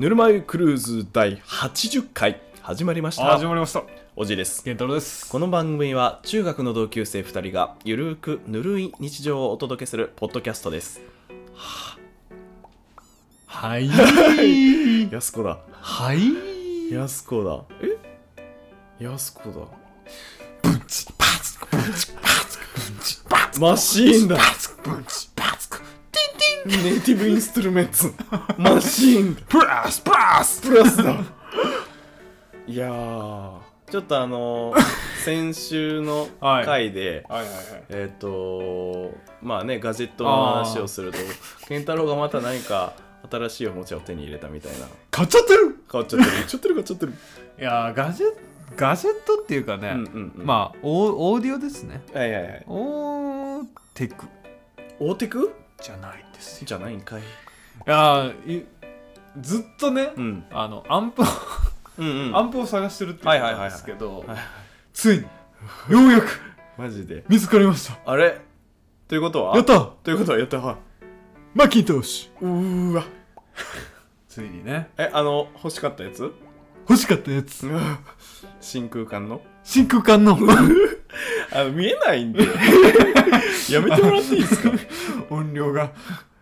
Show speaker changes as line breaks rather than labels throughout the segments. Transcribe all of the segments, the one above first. ぬるま湯クルーズ第80回始まりまし
あ始
た
まりました
おじいです
健太郎です
この番組は中学の同級生2人がゆるーくぬるい日常をお届けするポッドキャストです
はい
やすこだ
はい
やすこだえやすこだ
ブンチパツクブンチパツクブンチパツ
マシーンだ
パツクブンチパツクティンテ
ネイティブインストゥルメンツマシーンだ
ィンプラスプラス
プラスだ いやーちょっとあの ー先週の
はい
回で、
はいはいはい
えっ、とまあねガジェットの話をすると健太郎がまた何か新しいおもちゃを手に入れたみたいな
買っちゃってる
変わっちゃってる変わっちゃってる変わっちゃってる
いやーガジェガジェットっていうかね、
うんうんうん
まあオーオーディオですね
はいはいはい
オーテク
大手く
じゃないんですよ
じゃないんかい、
いやーいずっとね、
うん、
あのア ンプを
うんうん
アンプを探してるって言ってたんですけど
はいはい
ついにようやく
マジで
見つかりました
あれということは
やった
ということはやったは
マッキントッシュ
うーわ
ついにね
えあの欲しかったやつ
欲しかったやつ
真空管の
真空管 の
あの見えない んでやめてもらっていいですか
音量が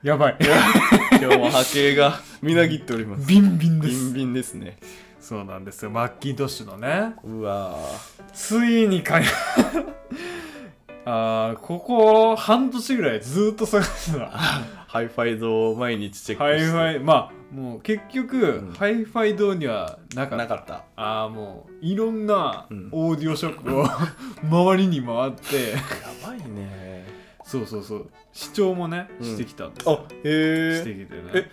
やばい
今日も波形がみなぎっております
ビンビンで
ビン
す
ビンですね
そうなんですよマッキントッシュのね
うわ
ついに買い あーここ半年ぐらいずーっと探してた
ハイファイドを毎日チェッ
ハ
ク
イ
して
ファイまあもう結局、
ん
ハイファイ堂にはなかった
なかった
ああもういろんな
うん
オーディオショップを 周りに回って
やばいね
そうそうそう視聴もね
うん
してきたんですよ
あ、へ
して
え
きてね
え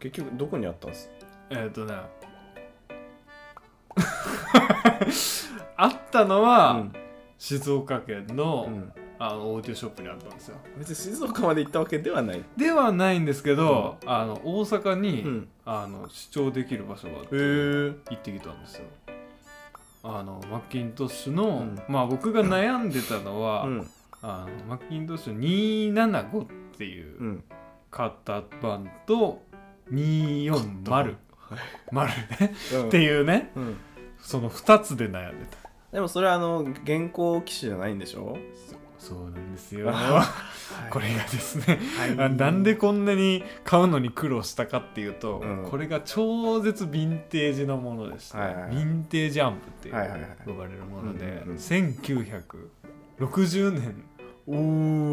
結局どこにあったんです
えーっとね あったのは、
うん
静岡県の,、
うん
あのオーディオショップにあったんですよ
別に静岡まで行ったわけではない
ではないんですけど、あの大阪に、
うん
あの視聴できる場所があって、
え
行ってきたんですよあのマッキントッシュの、
ん
まあ僕が悩んでたのは、
うん
あのマッキントッシュ275って
う
いうん型番と240、丸ね
うん
っていうね
うん
その2つで悩んでた
でもそれはあの現行機種じゃないんでしょ
そうなんですよこ
れ
れがですね
はい
あなんでこんなに買うのに苦労したかっていうと、
うん
これが超絶ヴィンテージのものでした、
はいはいはい
ヴィンテージアンプっていう
はいはいはい
呼ばれるもので、
うんうんうん
1960年
う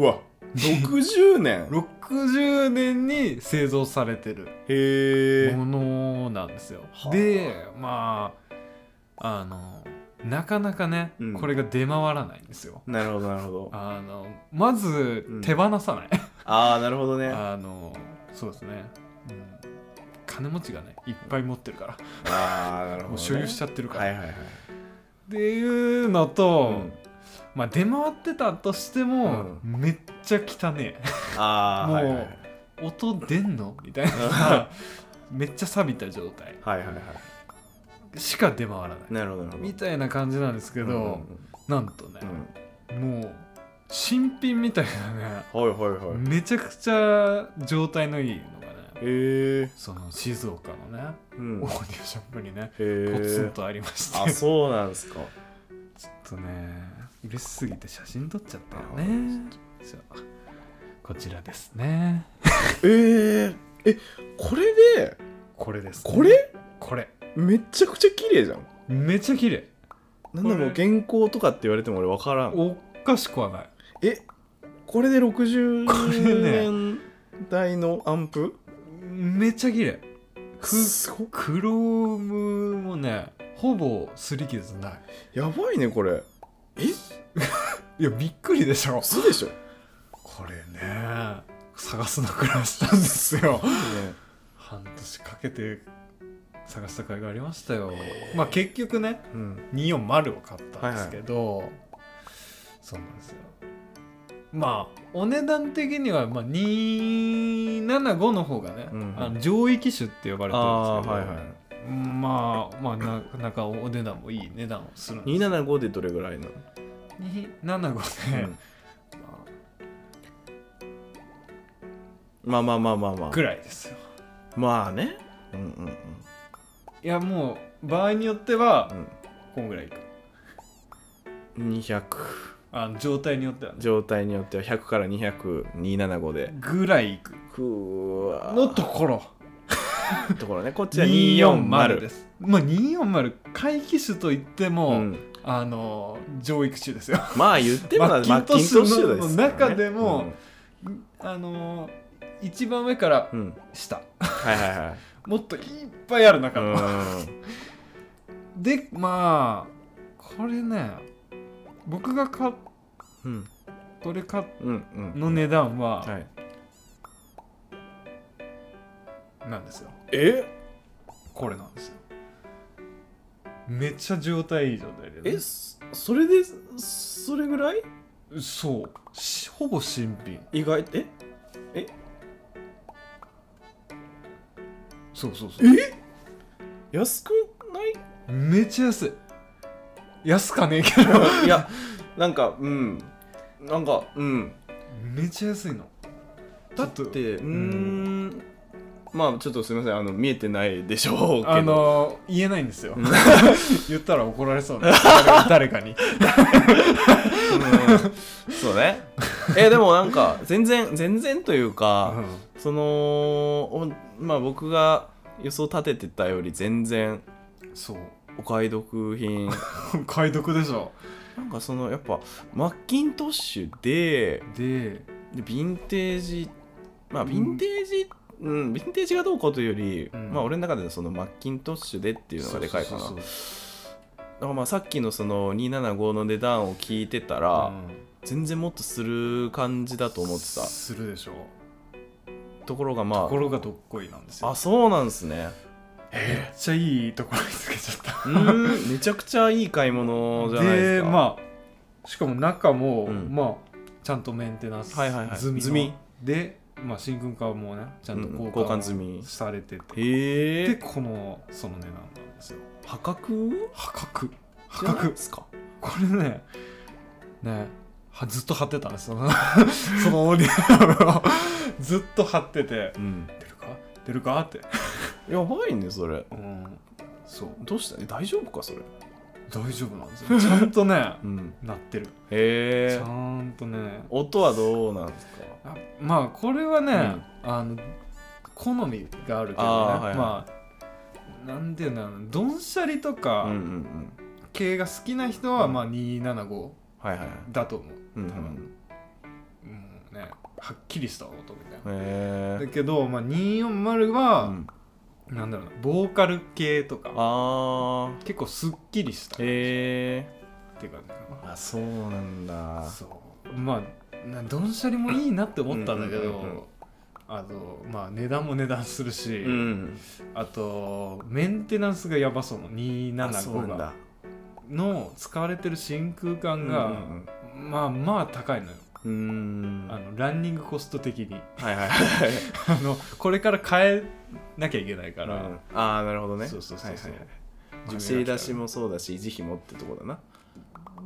ー わ60年
60年に製造されてる
へえ
ものなんですよ、
はあ
でまああのなかなかね、
うん
これが出回らないんですよ
なるほどなるほど
あのま
う
ず
ん
手放さない、
ああなるほどねあ
あのそうですね、うん、金持ちがねいっぱい持ってるから、
あーなるほどね
もう所有しちゃってるから、
はいはいはい
っていうの
う
と、
ん
まあ出回ってたとしても、めっちゃ汚ね
ああはいはいはい
え音出んのみたいなめっちゃ錆びた状態
はいはいは
しか出回らない
いなるほどなるほど
みたいな感じなんですけど、
うんうん
なんとね
う、ん
もう新品みたいなね
うんはいはいはい
めちゃくちゃ状態のいいのがね
へえ
その静岡のね、
うん
オーディオショップにね
へー
ポツンとありまして
あそうなんですか
ちょっとね嬉しすぎて写真撮っちゃったよ
あ
ねそうこちらですね
えー、えこれで
これですね、
これ
これ
めちゃくちゃ綺麗じゃん
めっちゃ綺麗
なんだろう
こ
原稿とかって言われても俺分からん
おかしくはない
えこれで
これね
60年代のアンプ
めっちゃ綺麗く
すご
クロームもねほぼ擦り傷ない
やばいねこれえ
いやびっくりでしょ
嘘でしょ、ね、
これね探すの苦労したんですよ半年かけて探した甲斐がありましたよ、まあ結局ね
うん
240を買ったんですけど、そうなんですよまあお値段的には、まあ、275の方がね、
うん
あの上位機種って呼ばれてるん
あ
ですけ
ー
ど
はいはい
まあまあなかなかお値段もいい値段をするんです
275でどれぐらいなの、
275で、
うんまあまあまあまあま
あ、
あ
ぐらいですよ
まあねうんうんうん
いやもう場合によっては
うん
こんぐらいいく
200
あの状態によってはね
状態によっては100から200275で
ぐらいいく
くーわー
のところ
ところねこっちは
240
240
ですまあ240回帰種といっても、
うん
あの上育種ですよ
まあ言って
マ
もマ
ッ
ッ
キント
キ
ッ
ン
シ
ト
ュ
ッ
の
シュですからね
中でもあの一番上から
うん、うん
下
はいはいはい
もっといっぱいある中の、
う
でまあこれね僕が買っ
ん
これ買っ
うんうん うん
の値段は
はい
なんですよ
え
これなんですよめっちゃ状態いい状態で、
えそそれでそれぐらい
そうしほぼ新品
意外え
そうそうそう
安くない
めっちゃ安い安かねえけど
いやなんかうんなんかうん
めっちゃ安いの
だってう
ちょ
ーんまあちょっとすみませんあの見えてないでしょうけど
あの言えないんですよ
うん
言ったら怒られそうな誰かに
うんそうねえでもなんか全然全然というか、
うん
そのおまあ僕が予想立ててたより全然
そう
お買い得品
買い得でしょ
なんかそのやっぱマッキントッシュで
で
でヴィンテージまあヴィンテージうん、ヴィンテージがどうこうというより、
うん
まあ俺の中でのそのマッキントッシュでっていうのがでかいかな
そうそう
だからまあさっきのその275の値段を聞いてたら、
うん
全然もっとする感じだと思ってた
するでしょ
ところがま
ところがどっこいなんです
あ
よ
あそうなんですね
めっちゃいいところにつけちゃった
うー んめちゃくちゃいい買い物じゃないです
で
か
まあしかも中も、
うん
まあちゃんとメンテナンス
はいはいはい
済みの
済み
で、まあ、新軍化もねちゃんと
うん
交換,、
交換済み
されてて
へ
で
え
このその値段なんですよ
破格
破格破
じゃない
格
ですか
これねねはずっと貼ってたんですその そのオーディナムをずっと貼ってて
うん
出るか出るかって、
やばいねそれ
うん、そう
どうしたえ大丈夫かそれ
大丈夫なんですよ ちゃんとね
うん
なってるち
へ
ゃ
え
んとね
音はどうなんですか
あまあこれはね、あの好みがあるけどね
あーはいはい
まあなんていうんだろうなどんしゃりと
うんうんう
か
ん
系が好きな人は、
うん
まあ275
はいはいはい
だと思
うんうん
多分う、もうねはっきりした音みたいな、
へ
だ
え
けど、まあ、240は、なんだろうなボーカル系とか
あ
結構すっきりした
ーへえ
っていう感じか
あそうなんだ
なそうまあなどんしゃりもいいなって思ったんだけど、
うんうんうんうん
あとまあ値段も値段するし、
うん
あとメンテナンスがやばそうな
あそう
275
なん
が
だ
の使われてる真空
う
管
ん
が、
うん
まあまあ高いのよ
うんうーん
あのランニングコスト的に
はいはいはい
あのこれから変えなきゃいけないから、
うん ああなるほどね
そうそうそうそう
はいはい
自分が来たら
走り出しもそうだし維持費もってとこだな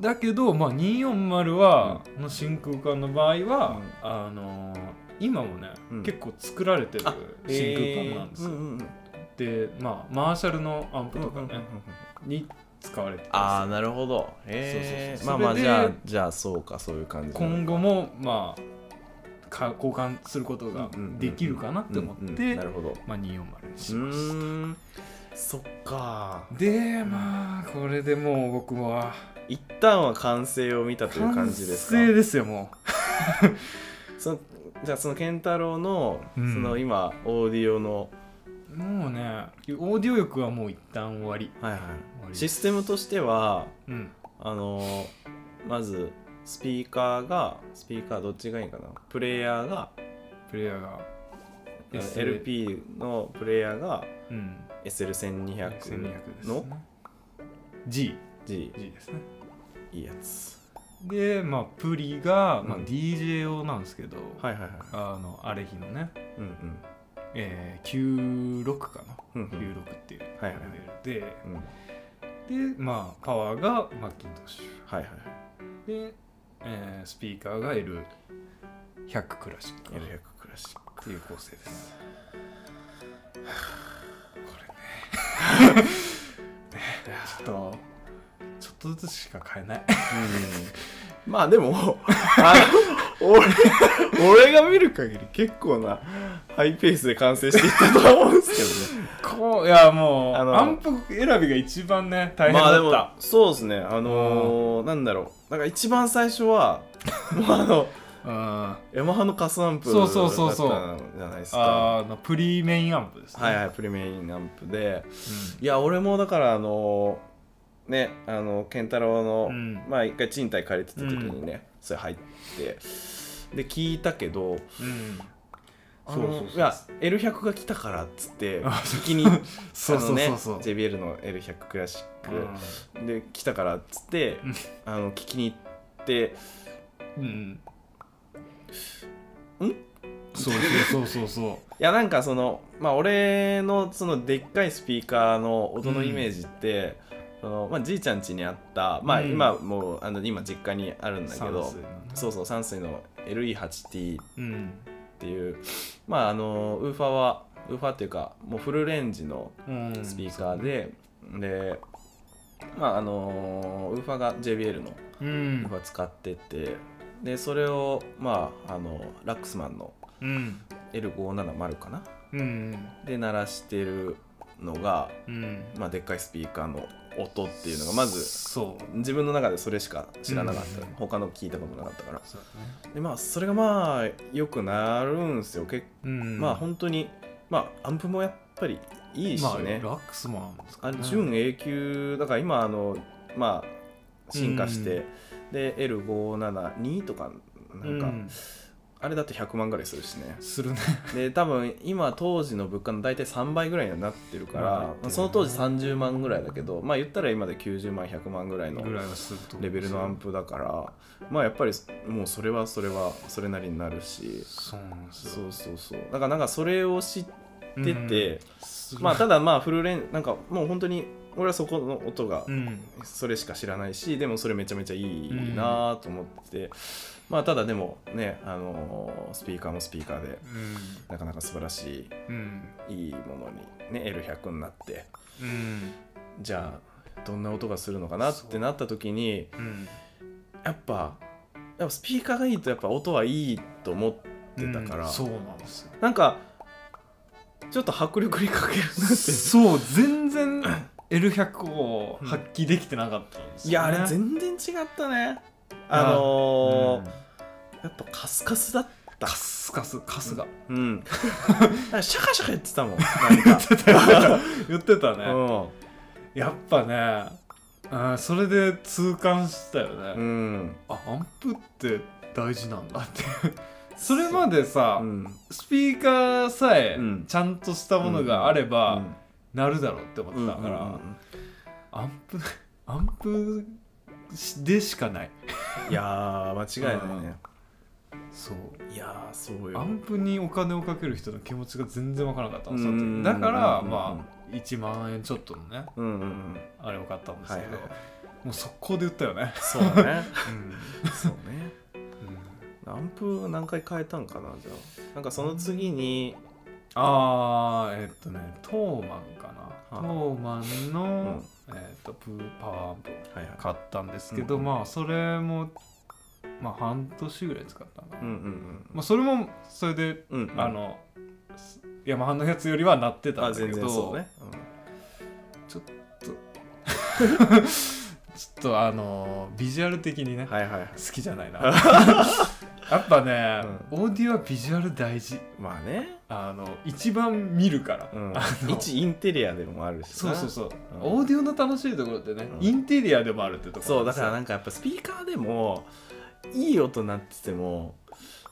だけど、まあ、240は、の真空管の場合は、あのー今もね、
うん
結構作られてる
あ
真空管なんですよ、でまあマーシャルのアンプとかね、に使われてます
ああなるほどへえ
そう
ま
そうそう
あまあ
それで
じゃあじゃあそうかそういう感じ
今後もまあか交換することができるかなって思って、
うんうんなるほどう
まあ、240にしまし
ーんそっか
たでまあこれでもう僕は
一旦は完成を見たという感じですか
完成ですよも
そのじゃあその健太郎の
う
そ
ん
の今オーディオの
うもうねオーディオ欲はもう一旦終わり
はいは
終わり
いシステムとしては
うん
あのまずスピーカーがスピーカーどっちがいいかなプレイヤーが
プレイヤーが SL
LP のプレイヤーが
うん1200
SL1200
です、
の
ね、G
G
G ですね
いいやつ
でまあプリが、まあ、
うん
DJ 用なんですけど、
はいはいはい
あのアレヒのね、
うん
えー、96かな
うんうんうん
96っていう
はいはいはい
レベルで、
うん
で、まあ、パワーがマッキントッシ
はいはい
ュで、えースピーカーが L100 クラシック
L100 クラシック
っていう構成ですちょっとちょっとずつしか買え ない
うんまあでもあの俺俺が見る限り結構なハイペースで完成していったとは思うんですけどね
こういやもう
あの
アンプ選びが一番ね大変
まあ
だ
で
った、
もそうですねあのーなんだろうなんか一番最初はもうあの
うん
ヤマハのカスアンプだ
そ
っ
う
た
そうそうそう
じゃないですか
あーあのプリメインアンプですね、
はいはいいプレミアムアンプで
う
いや俺もだからあのーねあの健太郎の、
うん
まあ一回賃貸借りてた時にね、それ入ってで聞いたけ
ん
ど
うん
あの
そうそうそう
いや L100 が来たからっつって
あ
先に
そうそうそうそう、
あのね、JBL の L100 クラシック、で来たからっつって
うん
あの聞きに行って
うんうん
ん
そうそうそうそうそ
いやなんかそのまあ俺のそのでっかいスピーカーの音のイメージって、そのまあ、じいちゃん家にあったまあ
うん
今もうあの今実家にあるん
う
だけ
サム
ど
スイのね
そうそう山水の LE8T っ
うん
ていうまああのウーファーはウーファーっていうかもうフルレンジの
うん
スピーカーで、でまああのウーファーが JBL の
う
ウー
ん
ファー使っててでそれをまああのラックスマンの
うん
L570 かな
うん
で鳴らしてるのが、
うん
まあ、でっかいスピーカーの音っていうのがまず
そう
自分の中でそれしか知らなかった、
うん
他の聞いたことなかったから
そうだね
でまあそれがまあ良くなるんですよ結
うん
まあ本当にまあアンプもやっぱりいいし
まあ
ね、
ラックスマンです
あ
か
の
ね
準永久だから今あのまあ進化して、で L572 とかなんか、
うん
あれだって100万ぐらいするしね
するね
で多分今当時の物価の大体3倍ぐらいになってるから、
まあなってるね
まあその当時30万ぐらいだけどまあ言ったら今で90万100万ぐらいの
ぐらいはすると思う
レベルのアンプだからまあやっぱりもうそれはそれはそれなりになるし
そうなんです
そ
よ
うそうそうだからなんかそれを知っ
うん
てて、
する
まあただまあフルレンなんかもう本当に俺はそこの音が
うん
それしか知らないしでもそれめちゃめちゃいいなと思って、まあただでもねあのースピーカーもスピーカーで
うん
なかなか素晴らし
うん
いいいものにね L100 になって
うん
じゃあどんな音がするのかなってなった時に
うん
やっぱやっぱスピーカーがいいとやっぱ音はいいと思ってたから、
うんそうなんですよ
なんかちょっと迫力に欠けるなって
そう全然 L100 を発揮できてなかったんです
いや
よ
あ
ね
れ全然違ったねあのーやっぱカスカスだった
カスカスカスが
うん なんかシャカシャカ言ってたもんなんか
言ってたね
うん
やっぱねあーそれで痛感したよね、
うん
あアンプって大事なんだってそれまでさ、
うん
スピーカーさえ
うん
ちゃんとしたものがあれば、
うん
なるだろうって思ってたから、
うんうんうん
アンプアンプでしかない
いやー間違いないね、
そう
いやーそう
ア
よ
ンプにお金をかける人の気持ちが全然わからなかったの
うん
その時だから
うん
まあ1万円ちょっとのね
うんうんうん
あれを買ったんですけど、
はいはい
もう速攻で売ったよね、
そう だねそうね
うん
アンプ何回変えたんかなじゃあなんかその次に
あーえっとねトーマンかな、
は
トーマンの、えっとプーパワーアンプを
はいはい
買ったんですけど、
うん
まあそれもまあ半年ぐらい使ったのかな、
うん
まあ、それもそれで、
うんうんうん
あのすヤマハのやつよりはなってた
あ
んだけ
全然そ
ど、
うね
ちょっとあのビジュアル的にね、
うんはいはいはい
好きじゃない なやっぱね、オーディオはビジュアル大事
まあね
あの一番見るから、
うん
あの
一インテリアでもあるしな
そうそうそう、
うん
オーディオの楽しいところってね、
うん
インテリアでもあるってところ
そうだからな
ね
んかやっぱスピーカーでもいい音になってても、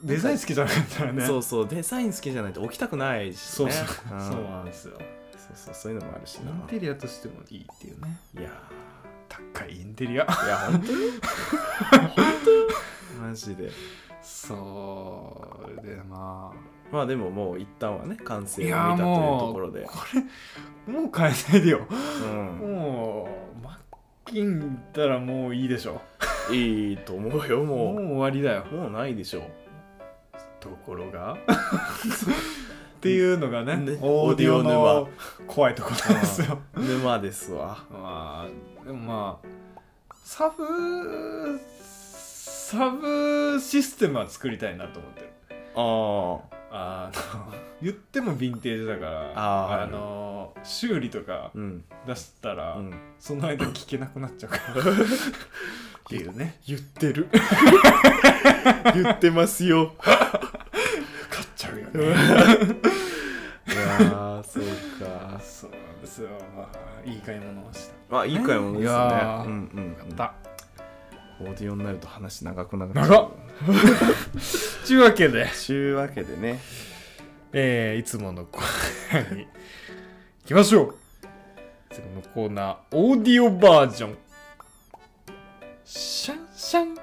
デザイン好きじゃなかったらね
そうそうデザイン好きじゃないと置きたくないし
そう
ね
そう、
ん
そうなんですよ
そうそうそういうのもあるし
イ
な
ンテリアとしてもいいっていうね
いや
高いインテリア
ーいや本当に本当にマジで
そうでま
まあでももう一旦はね完成を
い
見
やー
たという
もう
ところで
あもう変えないでよ
うん
もうマッキンったらもういいでしょ
いいと思うよ
もう終
も
わりだよ
うもうないでしょう
ところがっていうのがね
ね
オーディオ
オー
の怖いところなんですよ
沼ですわ
まあでもまあサブサブシステムは作りたいなと思ってる
あ
あの言ってもヴィンテージだから
あー
の修理とか
ーうん
出したら、
うん
その間聞けなくなっちゃうからっていうね
言ってる言ってます よ
勝っちゃうよ
い
ね
やーそうか
そうなんですよまあいい買い物をした
まあいい買い物で
い
すね
やー
うんうんうん
だ
オーディオになると話長くなる
長っ ちゅうわけで、
ちゅうわけでね
えー、いつものコーナーに行きましょういつものコーナーオーディオバージョンシャンシ ャン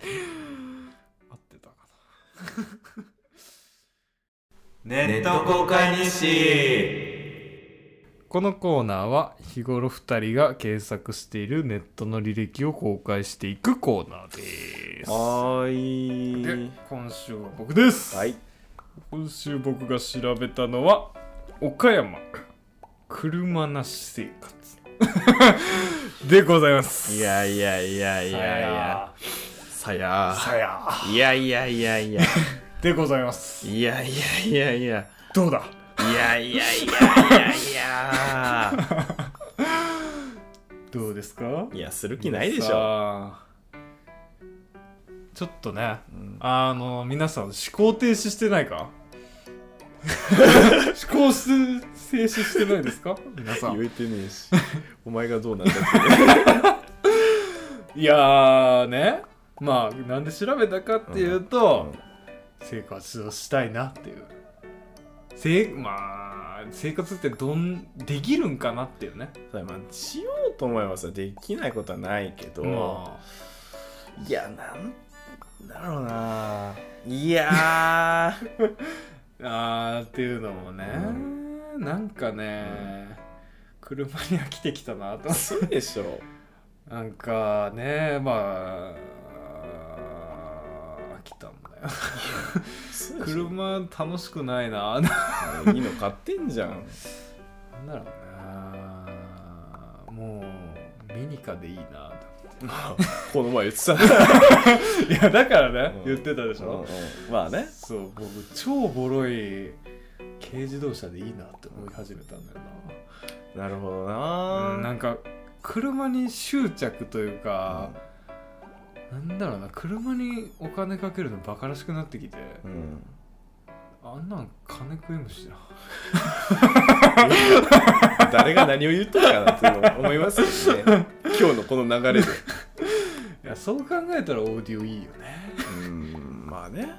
合ってたかな
ネット公開日誌
このコーナーは日頃2人が検索しているネットの履歴を公開していくコーナーです
はー
で
い
今週は僕です、
はい
今週僕が調べたのは岡山車なし生活 でございます
いやいやいやい
い
やいやさや
さや
ーいやいやいやいや
でございます
いやいやいやいや
どうだ
いやいやいやいやいや
どうですか
いやする気ないでしょ
ょちょっとね、あの皆さん思考停止してない か思考す停止してないですか皆さん
言えてねえ しお前がどうなんだって
いやーねまあなんで調べたかっていうと、生活をしたいなっていうせまあ生活ってどんできるんかなっていうね
それまあしようと思えばさできないことはないけど、
ま
いやなんだろうないや
ああーっていうのもね、なんかね、車に飽きてきたなと
ーそうでしょ
なんかねまあ飽きたんだよ
そうでしょ
車楽しくないなない
いの買ってんじゃん
んだろうなもうミニカでいいな
この前言ってた
いやだからね、
うん
言ってたでしょ、
まあね
そう僕超ボロい軽自動車でいいなって思い始めたんだよ
なるほど
な、
な
うんなんか車に執着というか、なんだろうな車にお金かけるのバカらしくなってきて、
うん、
あんなん金食えむしな
誰が何を言っとるかなっていうの思いますよ ね今日のこの流れで
いやそう考えたらオーディオいいよね
うんまあね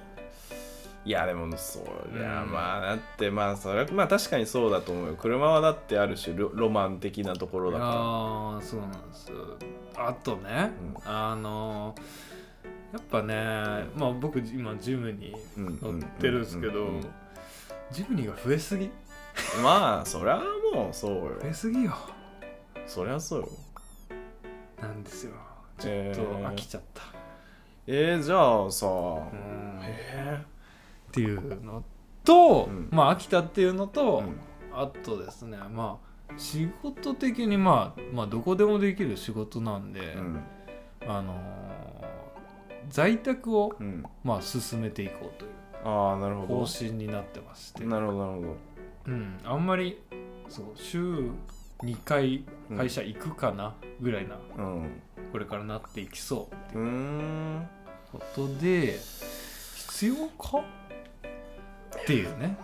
いやでもそういや
うん
まあだってまあそれはまあ確かにそうだと思うよ車はだってある種ロロマン的なところだか
ああそうなんですよあとね、
うん
あのやっぱねまあ僕今ジムに
らうん
乗ってるんですけど、
うううん
ジムニーが増えすぎ
まあそりゃもうそうよ
増えすぎよ
そりゃそうよ
なんですよちょ
え
っ
ー
と飽きちゃった、
えー、じゃあさ、
うんっ
え
ていうのと、
うん
まあ飽きたっていうのと、
うん
あとですねまあ仕事的に、まあ、まあどこでもできる仕事なんで、
ー、うん
あのー在宅を、
うん
まあ、進めていこうという
ああなるほ
方
ど
針になってまして、
なるほどなるほど
うん、あんまりそう週2回
うん
会社行くかなぐらいな、
うん
これからなっていきそう
うーん
ことで必要かっていうね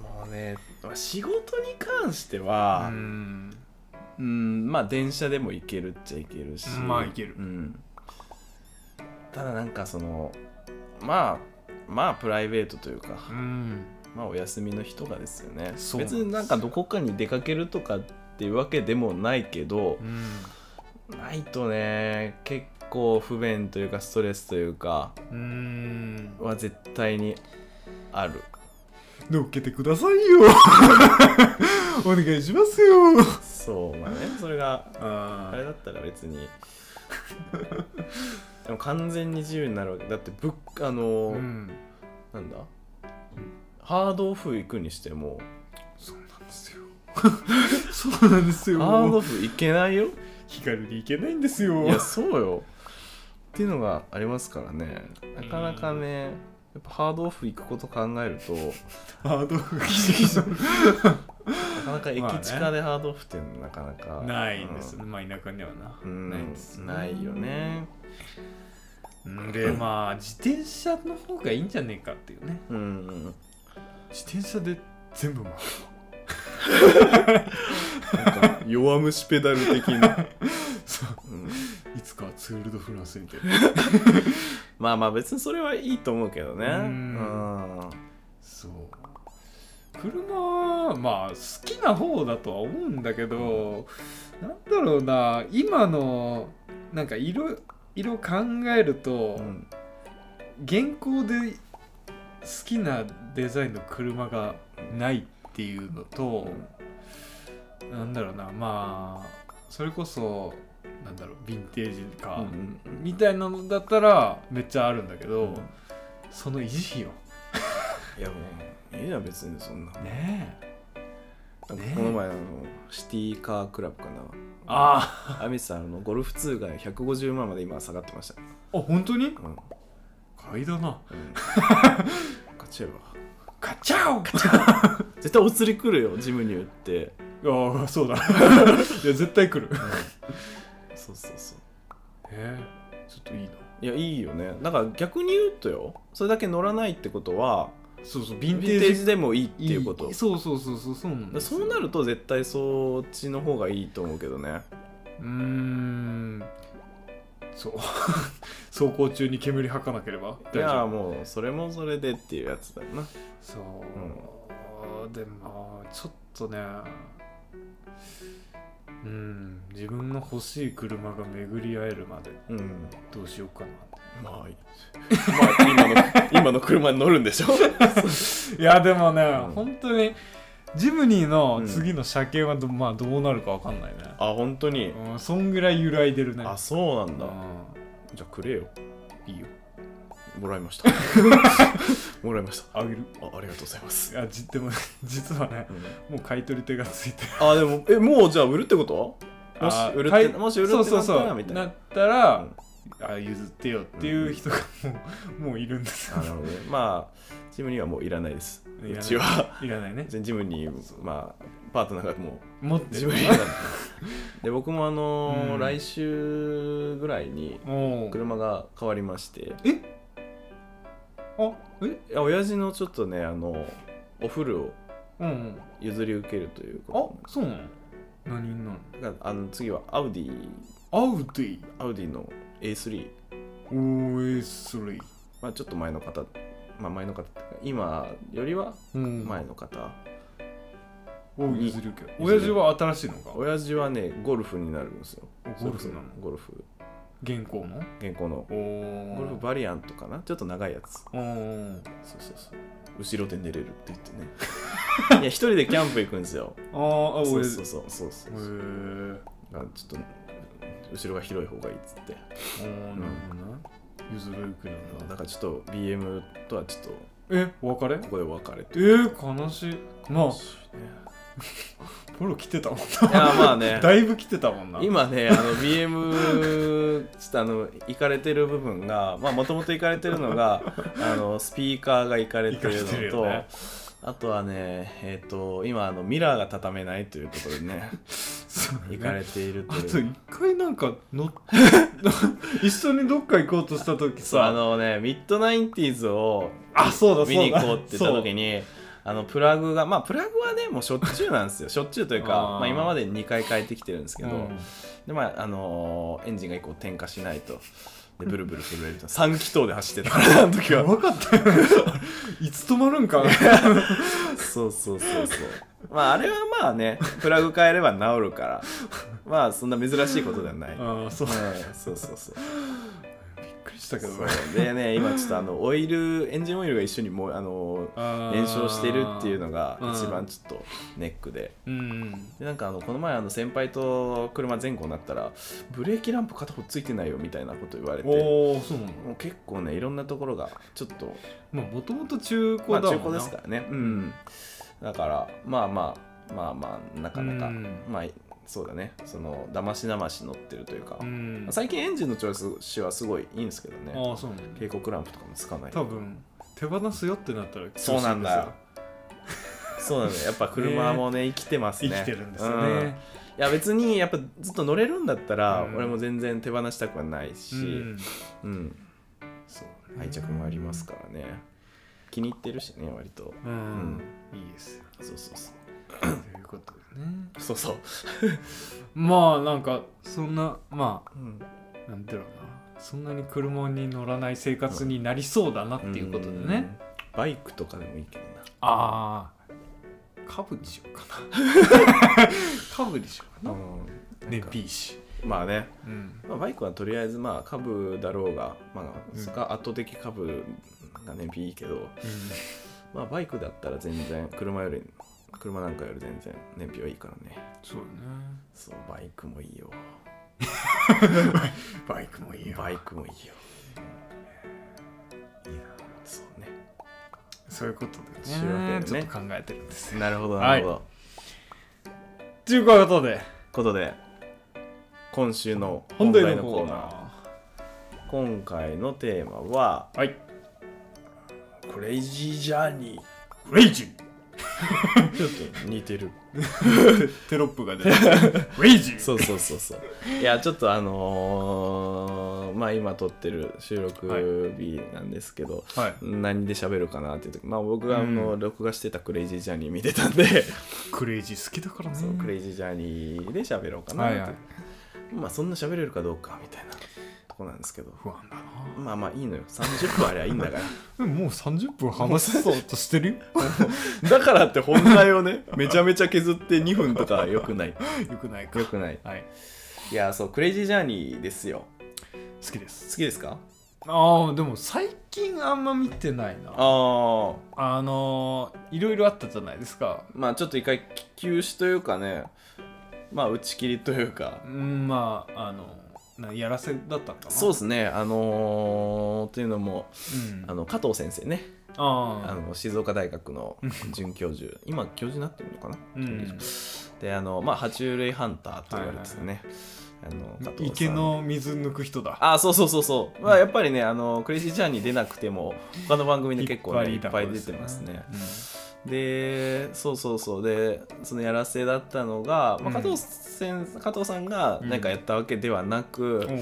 もうねまあ仕事に関しては
う、ん
うんまあ電車でも行けるっちゃ行けるし
まあ行ける
うん、ただなんかそのまあまあプライベートというか、
うん
まあお休みの日とかですよね
そうなんです
別になんかどこかに出かけるとかっていうわけでもないけど
う、ん
ないとね結構不便というかストレスというか
うん
は絶対にある
乗っけてくださいよ お願いしますよ
そうまあねそれがあ
あ
れだったら別 にでも完全に自由になるわけだってぶっあの、
うん
なんだハードオフ行くにしても
そうなんですよ そうなんですよ
ハードオフ行けないよ
気軽に行けないんですよ
いやそうよっていうのがありますからねなかなかねやっぱハードオフ行くこと考えると
ハードオフギシギシ
なかなか 駅
まあ
近でハードオフってなかなか
ないんです、まあ田舎にはな、
うん
ないんです
ないよね
でまあ自転車の方がいいんじゃねえかっていうね
うん
自転車で全部回る
なんか弱虫ペダル的な、
そう
うん
いつかはツール・ド・フランスみたいな
まあまあ別にそれはいいと思うけどね
う
うんん
そう車まあ好きな方だとは思うんだけど、なんだろうな今のなんかいろいろ考えると、
うん
現行で好きなデザインの車がないっていうのと、なんだろうなまあそれこそなんだろうヴィンテージカー、みたいなのだったらめっちゃあるんだけど、
うん
その維持費よ
いやもういいや別にそんな
ねえ
なんかこの前あのシティカークラブかな
あ
アミスさんあのゴルフ通が150万まで今下がってました、
ああ本当に
うんうん、
買いだな
買っちゃえば
ガチャオガ チャ
絶対お釣り来るよジムに売って
オああ そうだいや絶対来る
そうそうそう
えちょっといいない
やいいよねだから逆に言うとよそれだけ乗らないってことは
そうそうヴ
ヴ
ィ
ィ
ン
ン
テ
テ
ージ
ージでもいいっていうこと
いそうそうそうそうそうなんです
そうなると絶対そっちの方がいいと思うけどね
うーんそう 走行中に煙吐かなければ
い
大
や
丈夫
もうそれもそれでっていうやつだよな
そう、でもちょっとねうん自分の欲しい車が巡り合えるまで
うん
どうしようかな
まあいいまあ今の 今の車に乗るんでしょ
いやでもね、
ん
本当にジムニーの次の車検はど,、まあ、どうなるかわかんないね、
あ本当に
うん、そんぐらい揺らいでるね
あそうなんだ
う
じゃあくれよ
んいいよ
もらいま したもらいました
あげる
あありがとうございます、
あじでも実はね
うん
もう買い取り手がついてる
あでもえもうじゃあ売るってこともし
あ
売るっ
買
て
い
もし売るって
そ
な
う
った
そ
ら
うそう
みたい
な
な
ったら
うん、
あ譲ってよっていう人がもう,、もういるんです
あなるほどねまあジムにはもういらないです
いら
う
ない
ちは い
らないね
別にジムにまあパートナーがもう
持って
ジ
る
ムに いらないで僕もあのー
うん
来週ぐらいに
もう
車が変わりまして
えあえ
いや親父のちょっとねあのお風呂を
うんうん
譲り受けるという
あ
こ
そうなの何になの
とがあの次はアウディ
アウディ
アウディの A3
OS3
まあ、ちょっと前の方、まあ、前の方っていうか今よりは
うん
前の方、
を譲るけど親父は新しいのか
親父はねゴルフになるんですよ
ゴルフなの
ゴルフ
現行の
現行の
おー
ゴルフバリアントかなちょっと長いやつ
おー
そうそうそう後ろで寝れるって言って ねいや一人でキャンプ行くんですよ
あーあ
そう
親父
そうそうそうそう
へー
あちょっと後ろが広い方がいいっつって
おーなるほどな譲るけど
だ
な
からちょっと BM とはちょっと
えお別れ
ここでお別れ
えー、悲しいまあ
い
ポロ来てたもん
やまあね
なだいぶ来てたもんな
今ねあの BM ちょっとあの行かれてる部分がまあもともと行かれてるのが あのスピーカーが行かれてる
イカれてる
のと
よね
あとはねえっ、と今あのミラーが畳めないということでね
そう ね
行かれていると
あと
いう
一回なんか 乗っ一緒にどっか行こうとした時
そう
さ
あのねミッドナインティーズを
あそうだそうだ
見に行こうって言った時
に
にあのプラグがまあプラグはねもうしょっちゅうなんですよしょっちゅうというか
あー
まあ、今まで2回変えてきてるんですけど、でまああのーエンジンが一個点火しないとでブルブル震えると3気筒で走 ってたからあの時
や
は
ばかったよいつ止まるんかな
そうそうそうそうまああれはまあねプラグ変えれば治るからまあそんな珍しいことではない、うん、
あーそう
そうそうそう
びっくりししたけどね
そうでね今ちょっとあのオイルエンジンオイルが一緒にもうあの
燃
燃焼してるっていうのが
うん
一番ちょっとネックで
うん
でなんかあのこの前あの先輩と車前後になったらブレーキランプ片方ついてないよみたいなこと言われても
おおそうなの
う結構ねいろんなところがちょっと
まあもともと中古
ま
だ
あ
もんな、
中古ですからねうんだからまあまあまあまあなかなか
うん
まあそうだねそのだましだまし乗ってるというか
うん
最近エンジンの調子はすごいいいんですけどね
ああそうなんだ
警告ランプとかもつかない
多分手放すよってなったら
そうなんだよそうなんだよやっぱ車 もね生きてます
生
ね
きてるんですよ
うんい
ね、
や別にやっぱずっと乗れるんだったら、
うん
俺も全然手放したくはないし、
う
うん
ん
そう愛着もありますからね気に入ってるしね割と
うん、いいですよ
そうそうそう
ということでね
そうそう、
まあなんかそんなま
うん、
あなんていうのかなそんなに車に乗らない生活になりそうだなっていうことでね、
バイクとかでもいいけどな
ああ株にしようかな 株にしようかな
うん
ね
なんか
B 氏
まあね、
うん
まあ、バイクはとりあえずまあ株だろうが、まあ、
うん
そこは圧倒的株がね B いいけど、まあ、バイクだったら全然車より車なんかより全然燃費はいいからね
そうだ
そうバイクもいいよ
ねバイクもいいよ
バイクもいいよいやそうね
そういうことで
そういうわ
ね
け
ち
で
ょ
ね
っと考えてるんですよ
なるほど
は
ないるほど、
ということで
ことで今週の
本
本
題
題
の
の
コ
コ
ー
ー
ナ
ナ
ー
ー今回のテーマは
はい
クレイジージャーニ
クレイジ
ーちょっと似てる
ーテロップが出てクレイジー
そうそうそうそういやちょっとあのーまあ今撮ってる収録日なんですけど、
はい
何で喋るかなっていう時まあ僕があの、
うん
録画してた「クレイジージャーニー」見てたんで、
クレイジー好きだからね
そうクレイジージャーニーで喋ろうかなっ
は
て、
いはい
まあそんな喋れるかどうかみたいなとこなんですけど
不安だな
まあまあいいのよ30分ありゃいいんだか
もう30分話そうとしてるよ
ら だからって本題をねめちゃめちゃ削って2分とかよくない
よくないか
よくない
はい
いやそうクレイジージャーニーですよ
好きです
好きですか
ああでも最近あんま見てないなあ
ああ
のー、いろいろあったじゃないですか
まあちょっと一回休止というかねまあ打ち切りというか
うんまああのなやらせだったのかな
そう
う
ですねあのー、というのも
ん
あの加藤先生ね、あ
あ
の静岡大学の准教授、今教授になってるのかな、
ーうん
であのまあ爬虫類ハンターと言われててね、あの加藤さん
池の水抜く人だ
あそうそうそうそう、まあ、やっぱりねあのクレイジージャーニー出なくても他の番組で結構ねいっ
だ
ぱい出てますね
うん
でそうそうそうでそのやらせだったのが、まあ、加藤先、加藤さんが何かやったわけではなく、
おう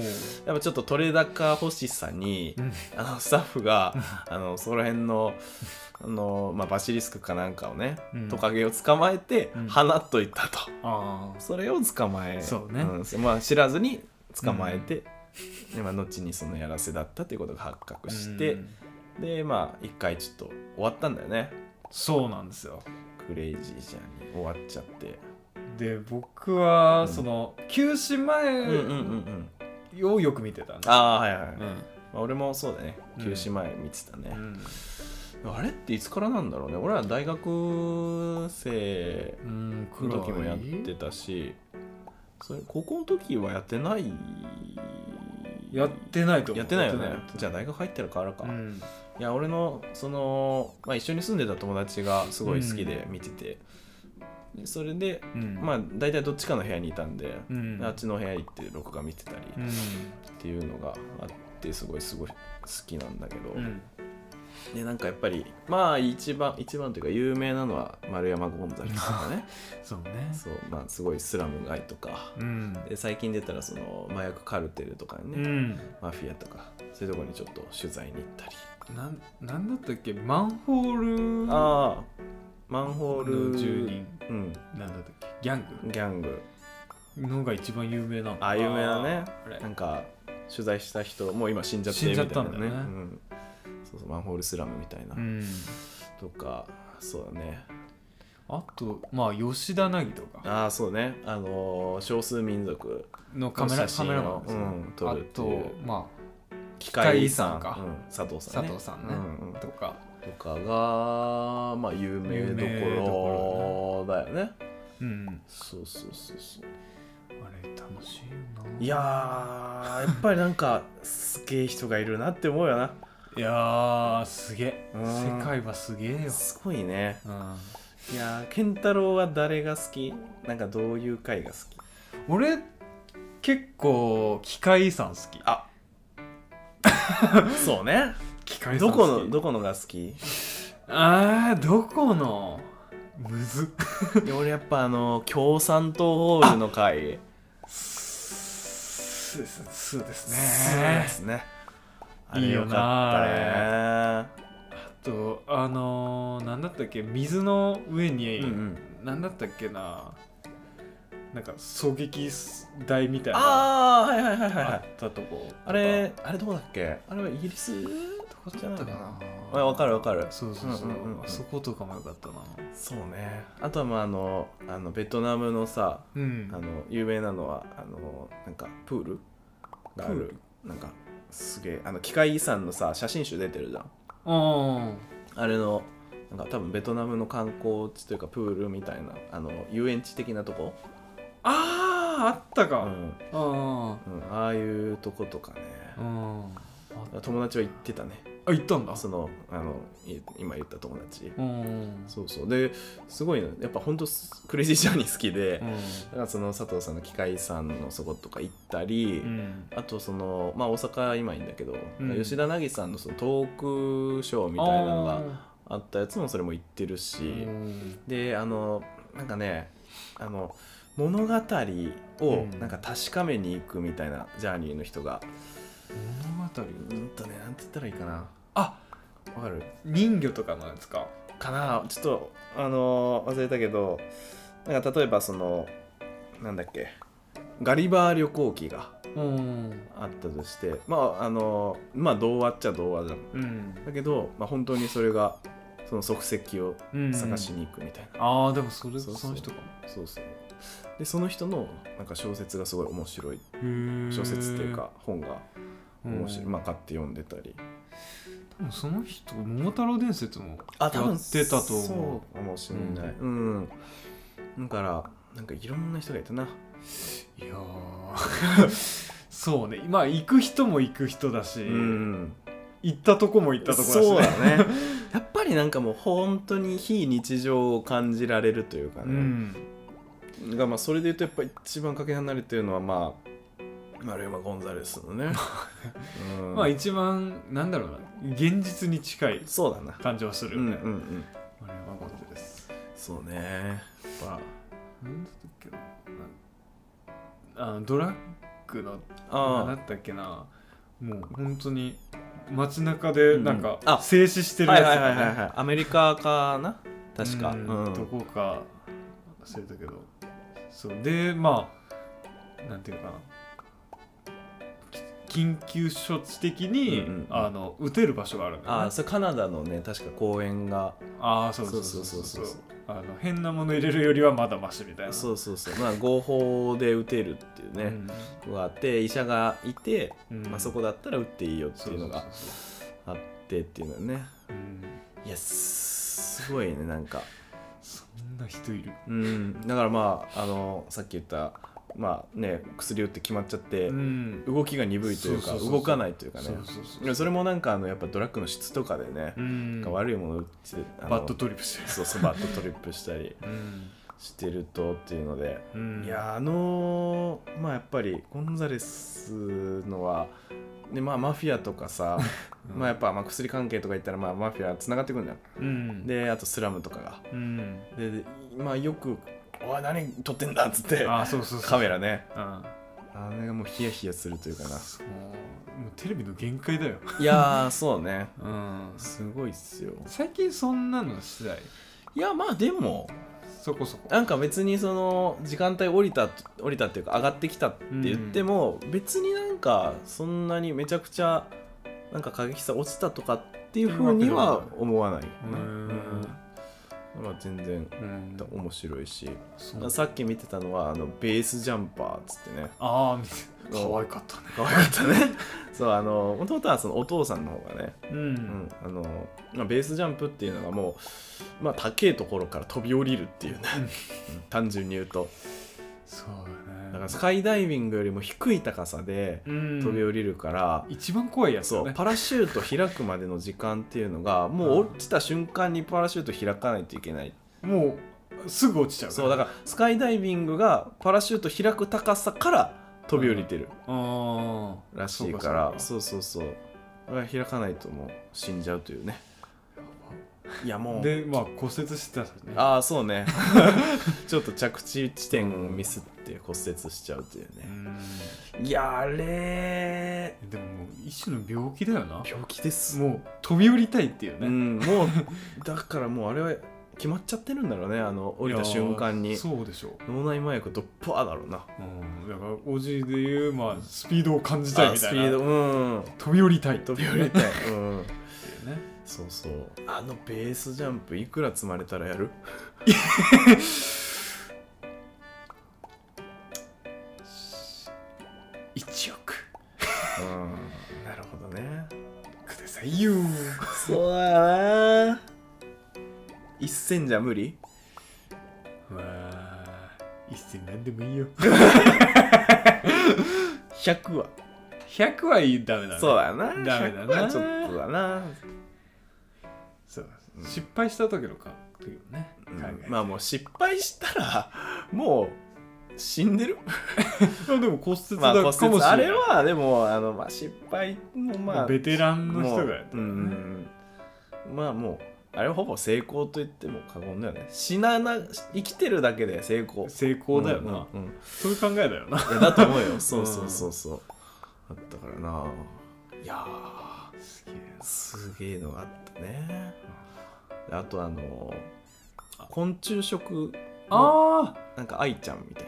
やっぱちょっと取れ高欲しさに、
うん
あのスタッフがあのそこら辺のあの、まあ、バシリスクかなんかをね、
うん
トカゲを捕まえて
うん
放っといたと、
あー
それを捕まえ
そうね
んまあ、知らずに捕まえて、でまあ、後にそのやらせだったということが発覚して、
うん
でまあ一回ちょっと終わったんだよね
そうなんですよ
クレイジージャーニー終わっちゃって
で僕は、
うん
その休止
うんうんうんうん
前をよく見てたんだ、
ああはいはい、はい
うん
まあ、俺もそうだね
うん
休止前見てたね、
うん
あれっていつからなんだろうね俺ら大学生
うん、くらい
の時もやってたしそれ高校の時はやってない
やってないと思う
やってないよね
やっ
じゃあ大学入ってるからか、
う
い
ん
や俺のその、まあ、一緒に住んでた友達がすごい好きで見てて、でそれで
うん
まあ大体どっちかの部屋にいたんで、
うん
あっちの部屋行って録画見てたり
う
っ
ん
ていうのがあってすごいすごい好きなんだけど、
うん
でなんかやっぱりまあ一番一番というか有名なのは丸山ゴンザレスとかね
そうね
そうまあすごいスラム街とか
うん
で最近出たらその麻薬カルテルとかね、
うん
マフィアとかそういうとこにちょっと取材に行ったり、
なんなんだったっけマンホール
ああマンホール
の住人
うん
なんだったっけギャン
ギャング
グのが一番有名なの
ああ有名なね
あれ
なんか取材した人もう今死んじゃって
死ん
み
じ
た
ゃ
い
った
なん
だよね
ね、うん、そうそうマンホールスラムみたいな、
うん
とかそうだね
あとまあ吉田凪とか
ああそうねあのー少数民族
のカメラ
写真
カメ
を
ラマンですね
うん撮る
あ
っていう
とまあ
機械遺
機
産
械遺産か
うん佐藤さ
佐
んね
藤さんね、
うんうん
とか
とかがまあ有名どころだよね
うん
そうそうそうそう
あれ楽しいよない
いや ーやっぱりなんかすげえ人がいるなって思うよない
やーすげえ
うん
世界はすげえよ、
すごいね
うん、
いやー健太郎は誰が好きなんかどういう回が好き
俺結構機械遺産好き
あ そうね
機械遺産
ど
好
こ
き
のどこのが好きい
あーどこのむずっ
や俺やっぱあの共産党ホールの回
すすです
そう
ね
ですねあ
い
れ
いよ
よ
な
かったね
あとあのー、何だったっけ水の上に、
うんうん
何だったっけななんか狙撃台みたいなあ
ああはいはいはいはいはい
ったとこ
あれあれどこだっけあれはイギリスどこ
だったかな
あわかるわかる
そうそうそう,、
うんうんうん
あそことかもよかったな
そうねあとはまああのあのベトナムのさ
うん
あの有名なのはあのなんかプールがあ
プー
るなんかすげえあの機械遺産のさ写真集出てるじゃん
あ
あれのなんか多分ベトナムの観光地というかプールみたいなあの遊園地的なとこ、
ああった
う
か、
ん
あ
うん、ああいうとことかね
あうん
友達は行ってたね
あ行ったんだ
そのあのい今言った友達
うん
そうそうですごいのやっぱほんとすクレイジージャーニー好きで、
うん
だからその佐藤さんの機械遺産のそことか行ったり、
うん
あとその、まあ、大阪今いいんだけど、
うん
吉田凪さんのそのトークショーみたいなのがあったやつもそれも行ってるし、
あーうん
であのなんかねあの物語
う
を
ん
なんか確かめに行くみたいなジャーニーの人が、
物語
うんとねなんて言ったらいいかな
あ
わかる
人魚とかのやつか
かなちょっとあのー忘れたけどなんか例えばそのなんだっけガリバー旅行記が
うん
あったとしてまああのーまあ童話っちゃ童話だ
うん
だけど、まあ、本当にそれがその足跡を
うん
探しに行くみたいな、
ああでもそれ
そうそう
その人かも
そうそうでその人のなんか小説がすごい面白い小説っていうか本が面白い、まあ、買って読んでたり
多分その人桃太郎伝説も
あ
やってたと思
そうかもしれないうん、だからなんかいろんな人がいたな
ういやー そうねまあ行く人も行く人だし、
うん
行ったとこも行ったとこだし、ね、
そうだね やっぱりなんかもう本当に非日常を感じられるというか
う
ね、
ん
がまあそれで言うとやっぱ一番かけ離れてるのはまあ丸山ゴンザレス のね、うん
まあ一番なんだろうな現実に近い
そうだな
感じはする
う
よ
んうんう
ね、
ん
あれは本当です
そうねやっぱ
なんだったっけなあのドラッグのなんだ
あ
ったっけなもう本当に街中でなん
うん
か
あ
静止して
あ
る
は
や
い
つ
はいはい
だ
はい
ね
はいアメリカかな確か、
うん
うん
どこか忘れたけどそうでまあなんていうかなき緊急処置的に、
うんうんうん
あの打てる場所があるんだよ
あ
ね
あそれカナダのね確か公園が
ああそうそうそうそう
そ
そうう
そうそうそう
あの変なもの入れるよりはまだマシみたいな
そうそうそうまあ合法で打てるっていうね、のがあって医者がいて、
うん
まあ、そこだったら打っていいよって
そう
い
そううそう
のがあってっていうのはね
うん
いやすすごいねなんか
そんな人いる
うんだからまああのさっき言ったまあね薬打って決まっちゃって、
ん
動きが鈍いというか
そうそうそうそう
動かないというかね
そうそう
で
そ
も
う
それもなんかあのやっぱドラッグの質とかでね、
うん
なんか悪いもの打ってあの
バットトリップしてる
そうそうバットトリップしたり
うん
してるとっていうので、
うん
いやあのーまあやっぱりゴンザレスのはでまあマフィアとかさ、
うん
まあやっぱまあ薬関係とか言ったらまあマフィアつながってくるんだよ
うん
であとスラムとかが
うん
ででまあよく「おい何撮ってんだ」っつって
あそうそうそう
カメラね
うん
あれがもうヒヤヒヤするというかな
そうもうテレビの限界だよ
いやー そうね
うん
すごいっすよ
最近そんなのしない
いやまあでも
そこそこ
なんか別にその時間帯降りた降りたっていうか上がってきたって言っても、別になんかそんなにめちゃくちゃなんか過激さ落ちたとかっていうふうには思わない、
うん
まあ、全然
うん
面白いし、
そうあ
さっき見てたのはあのベースジャンパーっつってね
あー可愛かったね
可愛かったねそうあのもともとはそのお父さんの方がね、
うん、
うんあのまあ、ベースジャンプっていうのがもう、まあ、高いところから飛び降りるっていうね、うん単純に言うと
そうだね
だからスカイダイビングよりも低い高さで
うん
飛び降りるから、
一番怖いやつ
そ
だ
う
ね
パラシュート開くまでの時間っていうのがもう落ちた瞬間にパラシュート開かないといけない
もうすぐ落ちちゃう
そうだからスカイダイビングがパラシュート開く高さから飛び降りてる
らああ
らしいから、そうそうそうだから開かないともう死んじゃうというねいやもう
でまあ骨折してたからね
ああそうね ちょっと着地地点をミスって骨折しちゃうという
う
ね
ん
いやあれ
でももう一種の病気だよな
病気です
もう飛び降りたいっていう
う
ね
んもうだからもうあれは決まっちゃってるんだろうねあの降りた瞬間
い
に
やーそうでしょう
脳内麻薬ドッパーだろうな
うんだからおじいでいうまあスピードを感じたい
あ
み
ス
た
ピ
い
ー
な
ドうん
飛び降りたい
飛び降り
たい
た い、うん、
うね
そうそうあのベースジャンプいくら積まれたらやる
1億
うんなるほどね
くださいよ
そうだな一戦じゃ無理
まあ一銭なんでもいいよ
100は
100はいいダメだね
そうだな
ダメだな
100はちょっとだな、
そう失敗した時のか時のね
うん
考え
まあもう失敗したらもう死んでる
いやでも骨折
まあ
だか
骨
もしれない、
折あれはでもあの、まあ、失敗もまあ
ベテランの人がやった
もううんまあもうあれはほぼ成功と言っても過言だよね死なな生きてるだけで成功
成功だよな、
うんうんうん
そういう考えだよな
いやだと 思うよそうそうそうそうあったからないや
すげえ
ーすげえのがあったねであとあの昆虫食の
あ
なんか愛ちゃんみたい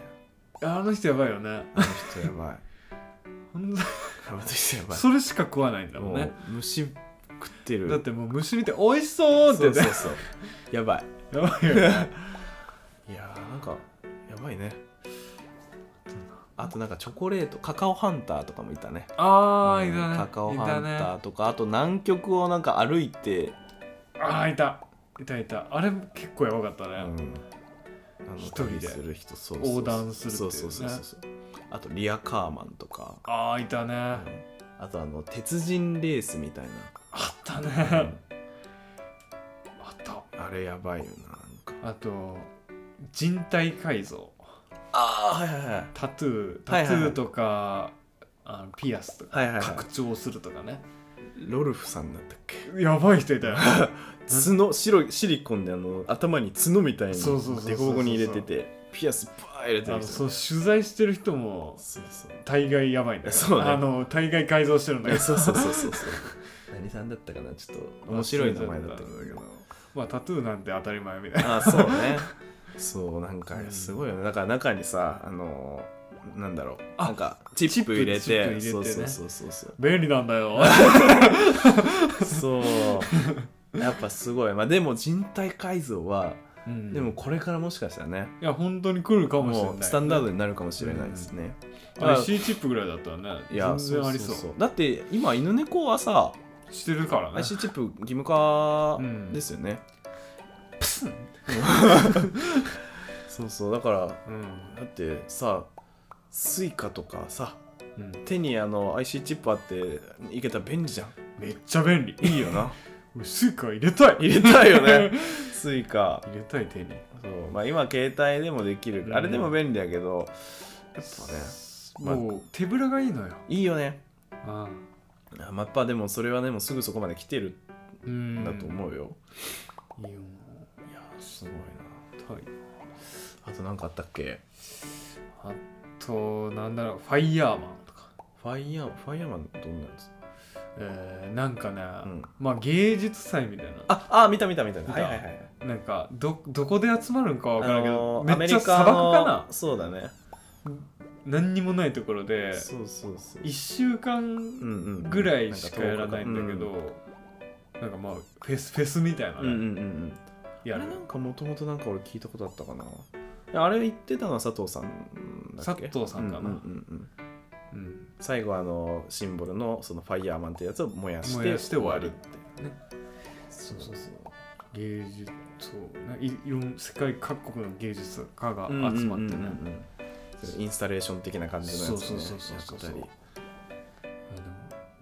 な
ああの人やばいよね
あの人や ばい
ほんと
あの人やばい
それしか食わないんだもん
も
ね
う虫食ってる
だってもう虫見て美味しそうって
そ
ね
うそうそうやばい
やばいよね
いやーなんかやばいねあとなんかチョコレートカカオハンターとかもいたね
ああ
うん
いたね
カカオ
い
ハ
た
ンタ
ね
ーとかあと南極をなんか歩いて、
ああいたいたいたあれ結構やばかったね、
うんあの
一人で
旅する人そうそうそう
横断するっていうね
そうそうそうそうあとリアカーマンとか、
ああいたね
うんあとあの鉄人レースみたい
あったね、
な、うん
あった
あれやばいよななんか
あと人体改造
ああはいはいはい
タトゥー
は
タ
い
ト
はい
ゥ
はい
ーとか、あのピアスとか、
はいはいはい
拡張するとかね
ロルフさんだったっけ
やばい人 いたよ
角白いシリコンであの頭に角みたいに
そうそうそうそうそう
デコボコに入れててピアスバー入れて
あ
る
の
人
そう取材してる人も
そうそう
大概やばいんだよ
そうね
あの大概改造してるんだ
え
けど
そうそうそうそうそう 何さんだったかなちょっと面白い名前だったけど
まあタトゥーなんて当たり前みたいな
あそうね そうなんかすごいよねだから中にさあのなんだろう
あ
なんかチップ入れて
チップ入れてね
そうそうそうそうそう
便利なんだ よ
そうやっぱすごいまあでも人体改造は
うん
でもこれからもしかしたらね
いや本当に来るかもしれない
もうスタンダードになるかもしれないですね、
あれ C チップぐらいだったらね
いや
全然ありそう
だって今犬猫はさ
してるからね
IC チップ義務化ですよね、 そうそうだから
うん
だってさスイカとかさ
うん
手にあの IC チップあっていけたら便利じゃん
めっちゃ便利
いいよ な
俺スイカ入れたい
入れたいよねスイカ
入れたい手に
そうまあ今携帯でもできる、
うん
あれでも便利だけどやっぱねまあ
もう手ぶらがいいのよ
いいよね
うん
あまあやっぱでもそれはでもすぐそこまで来てる
うん
んだと思うよ、
ういいよ
いやすごいな
はい
あと何かあったっけ
あとなんだろうファイヤーマンとか
ファイヤーファイヤーマンどんなやつ
えーなんかね、
ん
まあ芸術祭みたいな
ああ見た見た見た
見た
はいはいはい
なんかどどこで集まるんかわ
あ
からんけ
の
ど、
ー
め
アメ
っちゃ
リ
砂
カ
漠
の
か
そうだね
な何にもないところで
そうそうそう
1週間ぐらいしかやらないんだけど、なんかまあフェスフェスみたいな
うん
ね、
うんうんうん
や
あ
る
れなんかもともとなんか俺聞いたことあったかなであれ言ってたのは佐藤さんだっけ
佐藤さんかな
ううんうんうん
うん
最後あのシンボルのそのファイヤーマンってやつを燃やして
燃やして終わり
って
ね
そうそうそう
芸術そうねいいろん世界各国の芸術家が集まってね、
うんうんうんうんインスタレーション的な感じのやつ、ね、
そうそうそうそうそう
やったり
あでも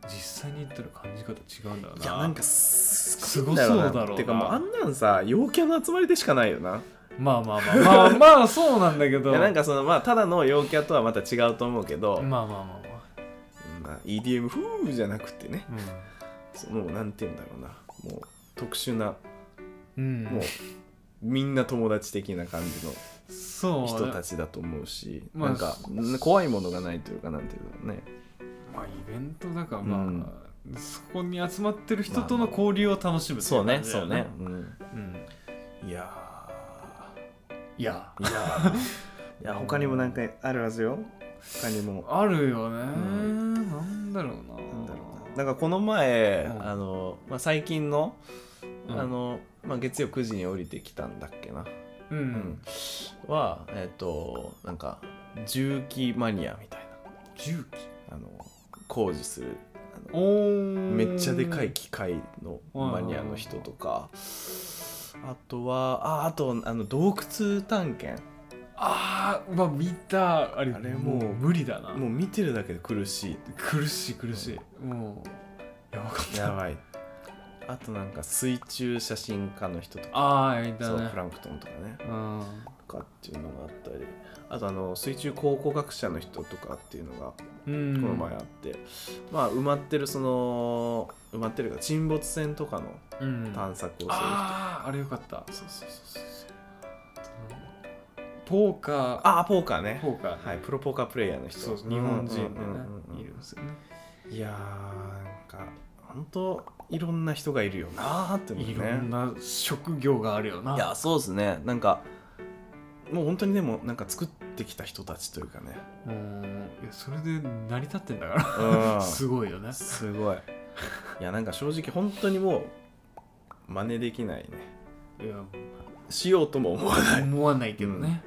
実際に行ったら感じ方違うんだよない
やなんかす
すごそうだろうな
すごいんてかもうあんなんさ陽キャの集まりでしかないよな
まあまあまあまあまあそうなんだけ
い
ど
やなんかそのまあただの陽キャとはまた違うと思うけど、
まあまあまあま
まあ、EDM 風じゃなくてね
あ
そのなんて言うんだろうなもう特殊な
うん、うん
もうみんな友達的な感じの
そうね
人たちだと思うし、
まあ
なんか怖いものがないというかなんていうのね
まあイベントだからまあ、そこに集まってる人との交流を楽しむってい
そうね
感じだ
そ
よ
うね、
うん
いや
いや
ーいやーいや他にもなんかあるはずよ他にも
あるよね、
ん
なんだろうな
なんだろうななんかこの前、
うん
あの、まあ、最近の,、
うん
あのまあ、月曜9時に降りてきたんだっけな、
うん、
うんはえっ、となんか重機マニアみたい
重機
なあの工事するあの
おー
めっちゃでかい機械のマニアの人とかあとはああとあの洞窟探検
ああまあ見たあれ
あれもう
う無理だな
もう見てるだけで苦しい
苦しい苦しいもうやばかった
やばい あとなんか水中写真家の人とか
ああいた
そう
ね
プランクトンとかね
うん
とかっていうのがあったりあとあの水中考古学者の人とかっていうのが
うん
この前あって、まあ埋まってるその埋まってるか沈没船とかの
うん
探索をする人、
あああれよかった
そうそうそうそう
ポーカー
ああポーカーね
ポーカーね
はいプロポーカープレイヤーの人
そう日本人でね
うんうんうんうん
いるんですよね
いやーなんか本当いろんな人がいるよなーって思うね
いろんな職業があるよない
やそうですねなんかもう本当にでもなんか作ってきた人たちというか ね
うんいやそれで成り立ってんだか
う
ら
ん
すごいよね
すごい いやなんか正直本当にもう真似できないね
いや
しようとも思わない
思わないけどね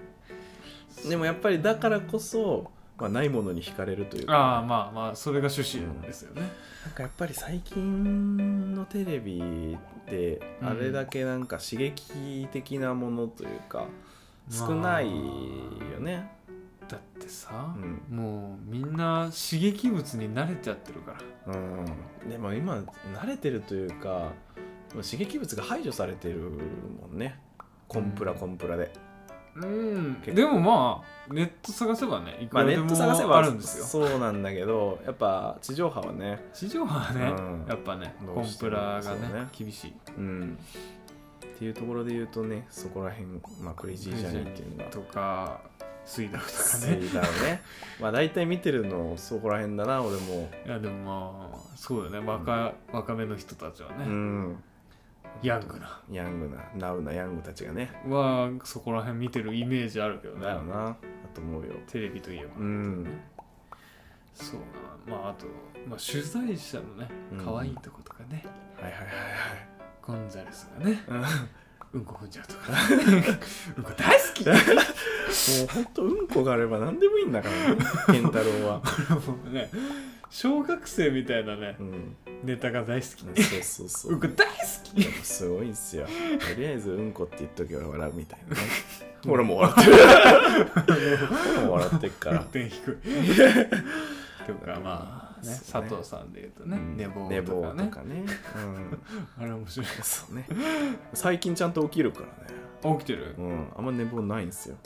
でもやっぱりだからこそ、まあ、ないものに惹かれるというか
ああまあまあそれが趣旨ですよね
なんかやっぱり最近のテレビで
うん
あれだけなんか刺激的なものというか、少ないよね、
だってさ
うん
もうみんな刺激物に慣れちゃってるから
うん、でも今慣れてるというかもう刺激物が排除されてるもんねコンプラコンプラで、
うん
結構
でもまあネット探せばねいく
まあ
ら
ネ
で
ッ
も
ト探せば
あるんですよ
そうなんだけどやっぱ地上波はね
地上波はね、
うん
やっぱね
ど
コ
う
ン
して
プ
も
ラがね
そうね
厳しい
うんっていうところで言うとねそこら辺、まあ、クレイジージャーニーっていうのが
とか水道とか
つ
ね
いだろうねまあ大体見てるのそこら辺だな俺も
いやでもまあそうよね若,、若めの人たちはね、
うん
ヤングな
ヤングなナウなヤングたちがね
はそこら辺見てるイメージあるけどね
だよなだと思うよ
テレビといえば、
うん
そうなまああと、まあ、取材者のね
うん
可愛いとことかね、
はいはい
ゴンザレスがね
はいはい
うんこ踏んじゃうとか うんこ大好 き
もうほんとうんこがあれば何でもいいんだからね健太郎は、
もうね小学生みたいなね
うん、
ネタが大好きで
そうそうそう うん
こ大好き
すごいんすよとりあえずうんこって言っとけば笑うみたいな ね俺も笑ってる俺も笑ってっから
運転 低いとかまあ、ね
そうね
佐藤さんで言うとね、
うん
寝坊
寝
と
坊
か
と
ね
かね、うん、
あれ面白い
そうね最近ちゃんと起きるからね
起きてる、
うんあんま寝坊ないんすよ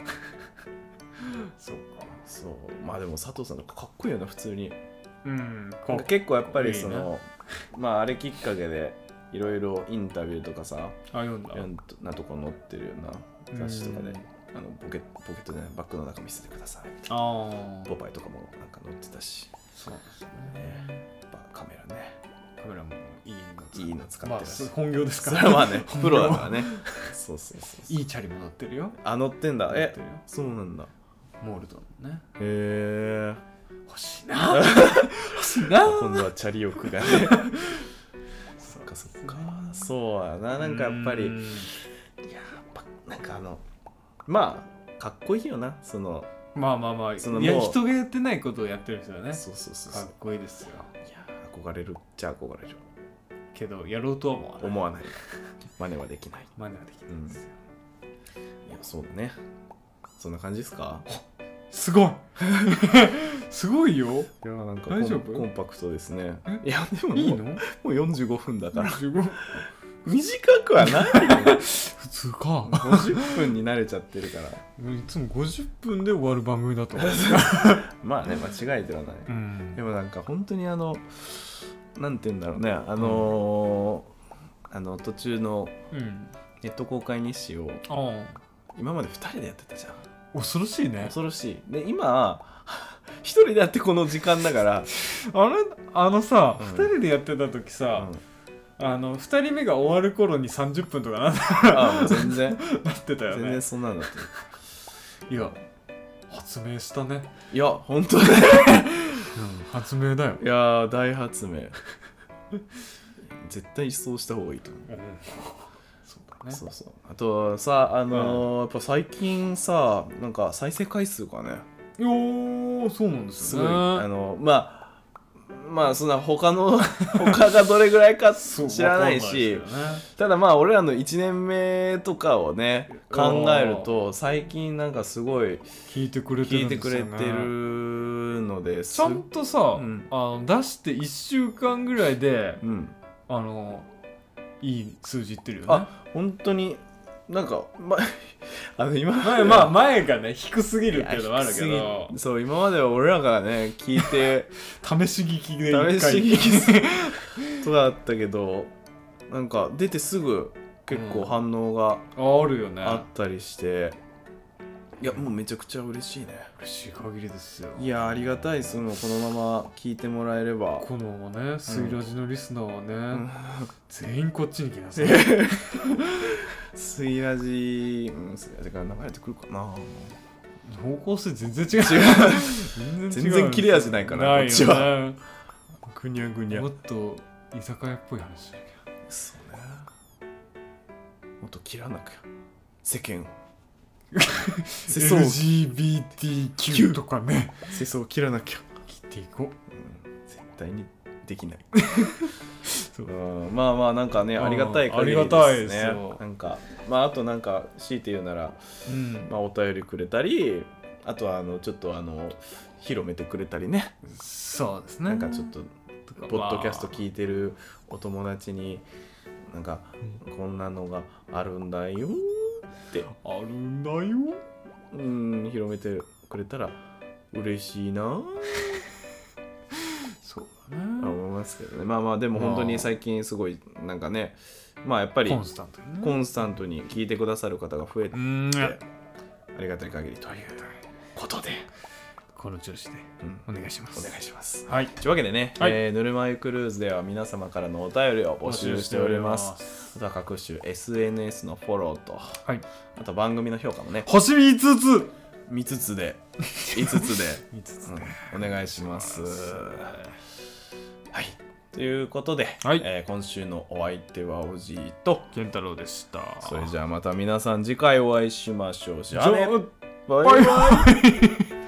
そうか
そうまあでも佐藤さんとかかっこいいよな普通に
うん
なん
こ
か
う
結構やっぱりそ
かっこ
のまああれきっかけでいろいろインタビューとかさ
あ読んだ
やんとなとこ載ってるような雑誌とかで、
うん
あのポケポケットでバッグの中見せてくださいみた
あ
いなポパイとかもなんか載ってたし
そうです
ねやっぱカメラね
カメラもいいの使
いいの使って
ま
る
あ
し、
す本業です
そ
か
れ
ら
はまあね
本業
プロだからねそうそうそうそ う
いいチャリも乗ってるよ
あ乗ってんだ
乗っ
え
てるよ
そうなんだ
モールドのね
へ え
欲しいな欲しいな
今度はチャリ欲 がねそっかそっかそうやななんかやっぱり
うん
いやなんかあのまあかっこいいよなその
まあまあまあ
その
いや
もう
人がやってないことをやってるんですよね
そうそうそうそ
かっ
う
こいいですよ
いや憧れるっちゃ憧れる
けどやろうとは思わない
思わない真似はできない
真似はできないんですよ、
いやそうだねそんな感じですか
すごい すごいよ
いやなんか
大丈夫
コンコンパクトですね
え
いやでももう
いいの
もう45分だから
?15
短くはない よ
普通か
50分に慣れちゃってるから
いつも50分で終わる番組だと思う
まあね間違えてはない、
うん
でもなんか本当にあのなんて言うんだろうねあのーあの途中の
うん
ネット公開日誌を
ああ
今まで2人でやってたじゃ
恐ろしい
ん
ね
恐ろしいで今一人でやってこの時間だから、
あれあのさ、
うん
二2人でやってた時さ、
うん
あの2人目が終わる頃に30分とかな
あもう 全然
なってたよ
全
ね
然そんなのだって
いや発明したね、
いや本当ね
発明だよ
いやー大発明 絶対一掃した方がいいと思う
そうだね
そうそうあとさあのーやっぱ最近さなんか再生回数がね
いやーそうなんです
す
よ
ご
ね
い、あのまあまあそんな他の 他がどれぐらいか
そう
知らないし
わかんないですよね
ただまあ俺らの1年目とかをね考えると最近なんかすごい
聞いてくれて
聞
る
い
んで
て
す
く
よ、ね、
れてるのです
ちゃんとさ、
ん
あの出して1週間ぐらいで
うん
あのいい数字いってるよね
あ本当になんかま あの今
まあ、まあ前がね低すぎ
い
るっ
や
ていうのもあるけど
低すぎそう今までは俺らがね聞い て
試し聞きで
試
一回
し聞きするとかだったけどなんか出てすぐ結構反応が
ああるよね
あったりして、いやもうめちゃくちゃ嬉しいね
嬉しい限りですよ
いやありがたいそのこのまま聞いてもらえれば
このままね水ラジのリスナーはね、全員こっちに来なさい
スイラジうんスイラジから流れてくるかな
方向性全然違う全
全然切れ味ないから
ないよ、ね、
こっちはぐにゃぐに
もっと居酒屋っぽい話だけ
そうねもっと切らなきゃ世間 を世
ど
相を
LGBTQ とかね
世相を切らなきゃ、
切っていこう
うん、絶対にできない
そう
うんまあまあなんかね
うん
ありがたい限り
ありがたい
で
ですす
ね
よ
なんかまああとなんか強いて言うなら、
うん
まあ、お便りくれたりあとはあのちょっとあの広めてくれたりね
そうですね
なんかちょっと
とか
ポッドキャスト聞いてるお友達になんかこんなのがあるんだよって
まああるんだよ
うん広めてくれたら嬉しいな
そうだね
と思いますけどねまあまあでも本当に最近すごいなんかねまあやっぱり
コンスタントにね
コンスタントに聞いてくださる方が増えて
うん
ありがたい限りということで、
この調子で
うん
お願いしま
お
す
願いします。
はい
というわけでね、
はい
えーぬるま湯クルーズでは皆様からのお便りを募集しております。
募集しております
あとは各種 SNS のフォローと、
はい
あと番組の評価もね、
星5つ
見つ つで、5つで、
5つ
うんお願いします。はい。ということで、
はい
えー今週のお相手はおじいと、
健太郎でした
それじゃあまた皆さん次回お会いしましょう。じ
じ
ゃあ
ゃ
ね、
あ
バイバイ。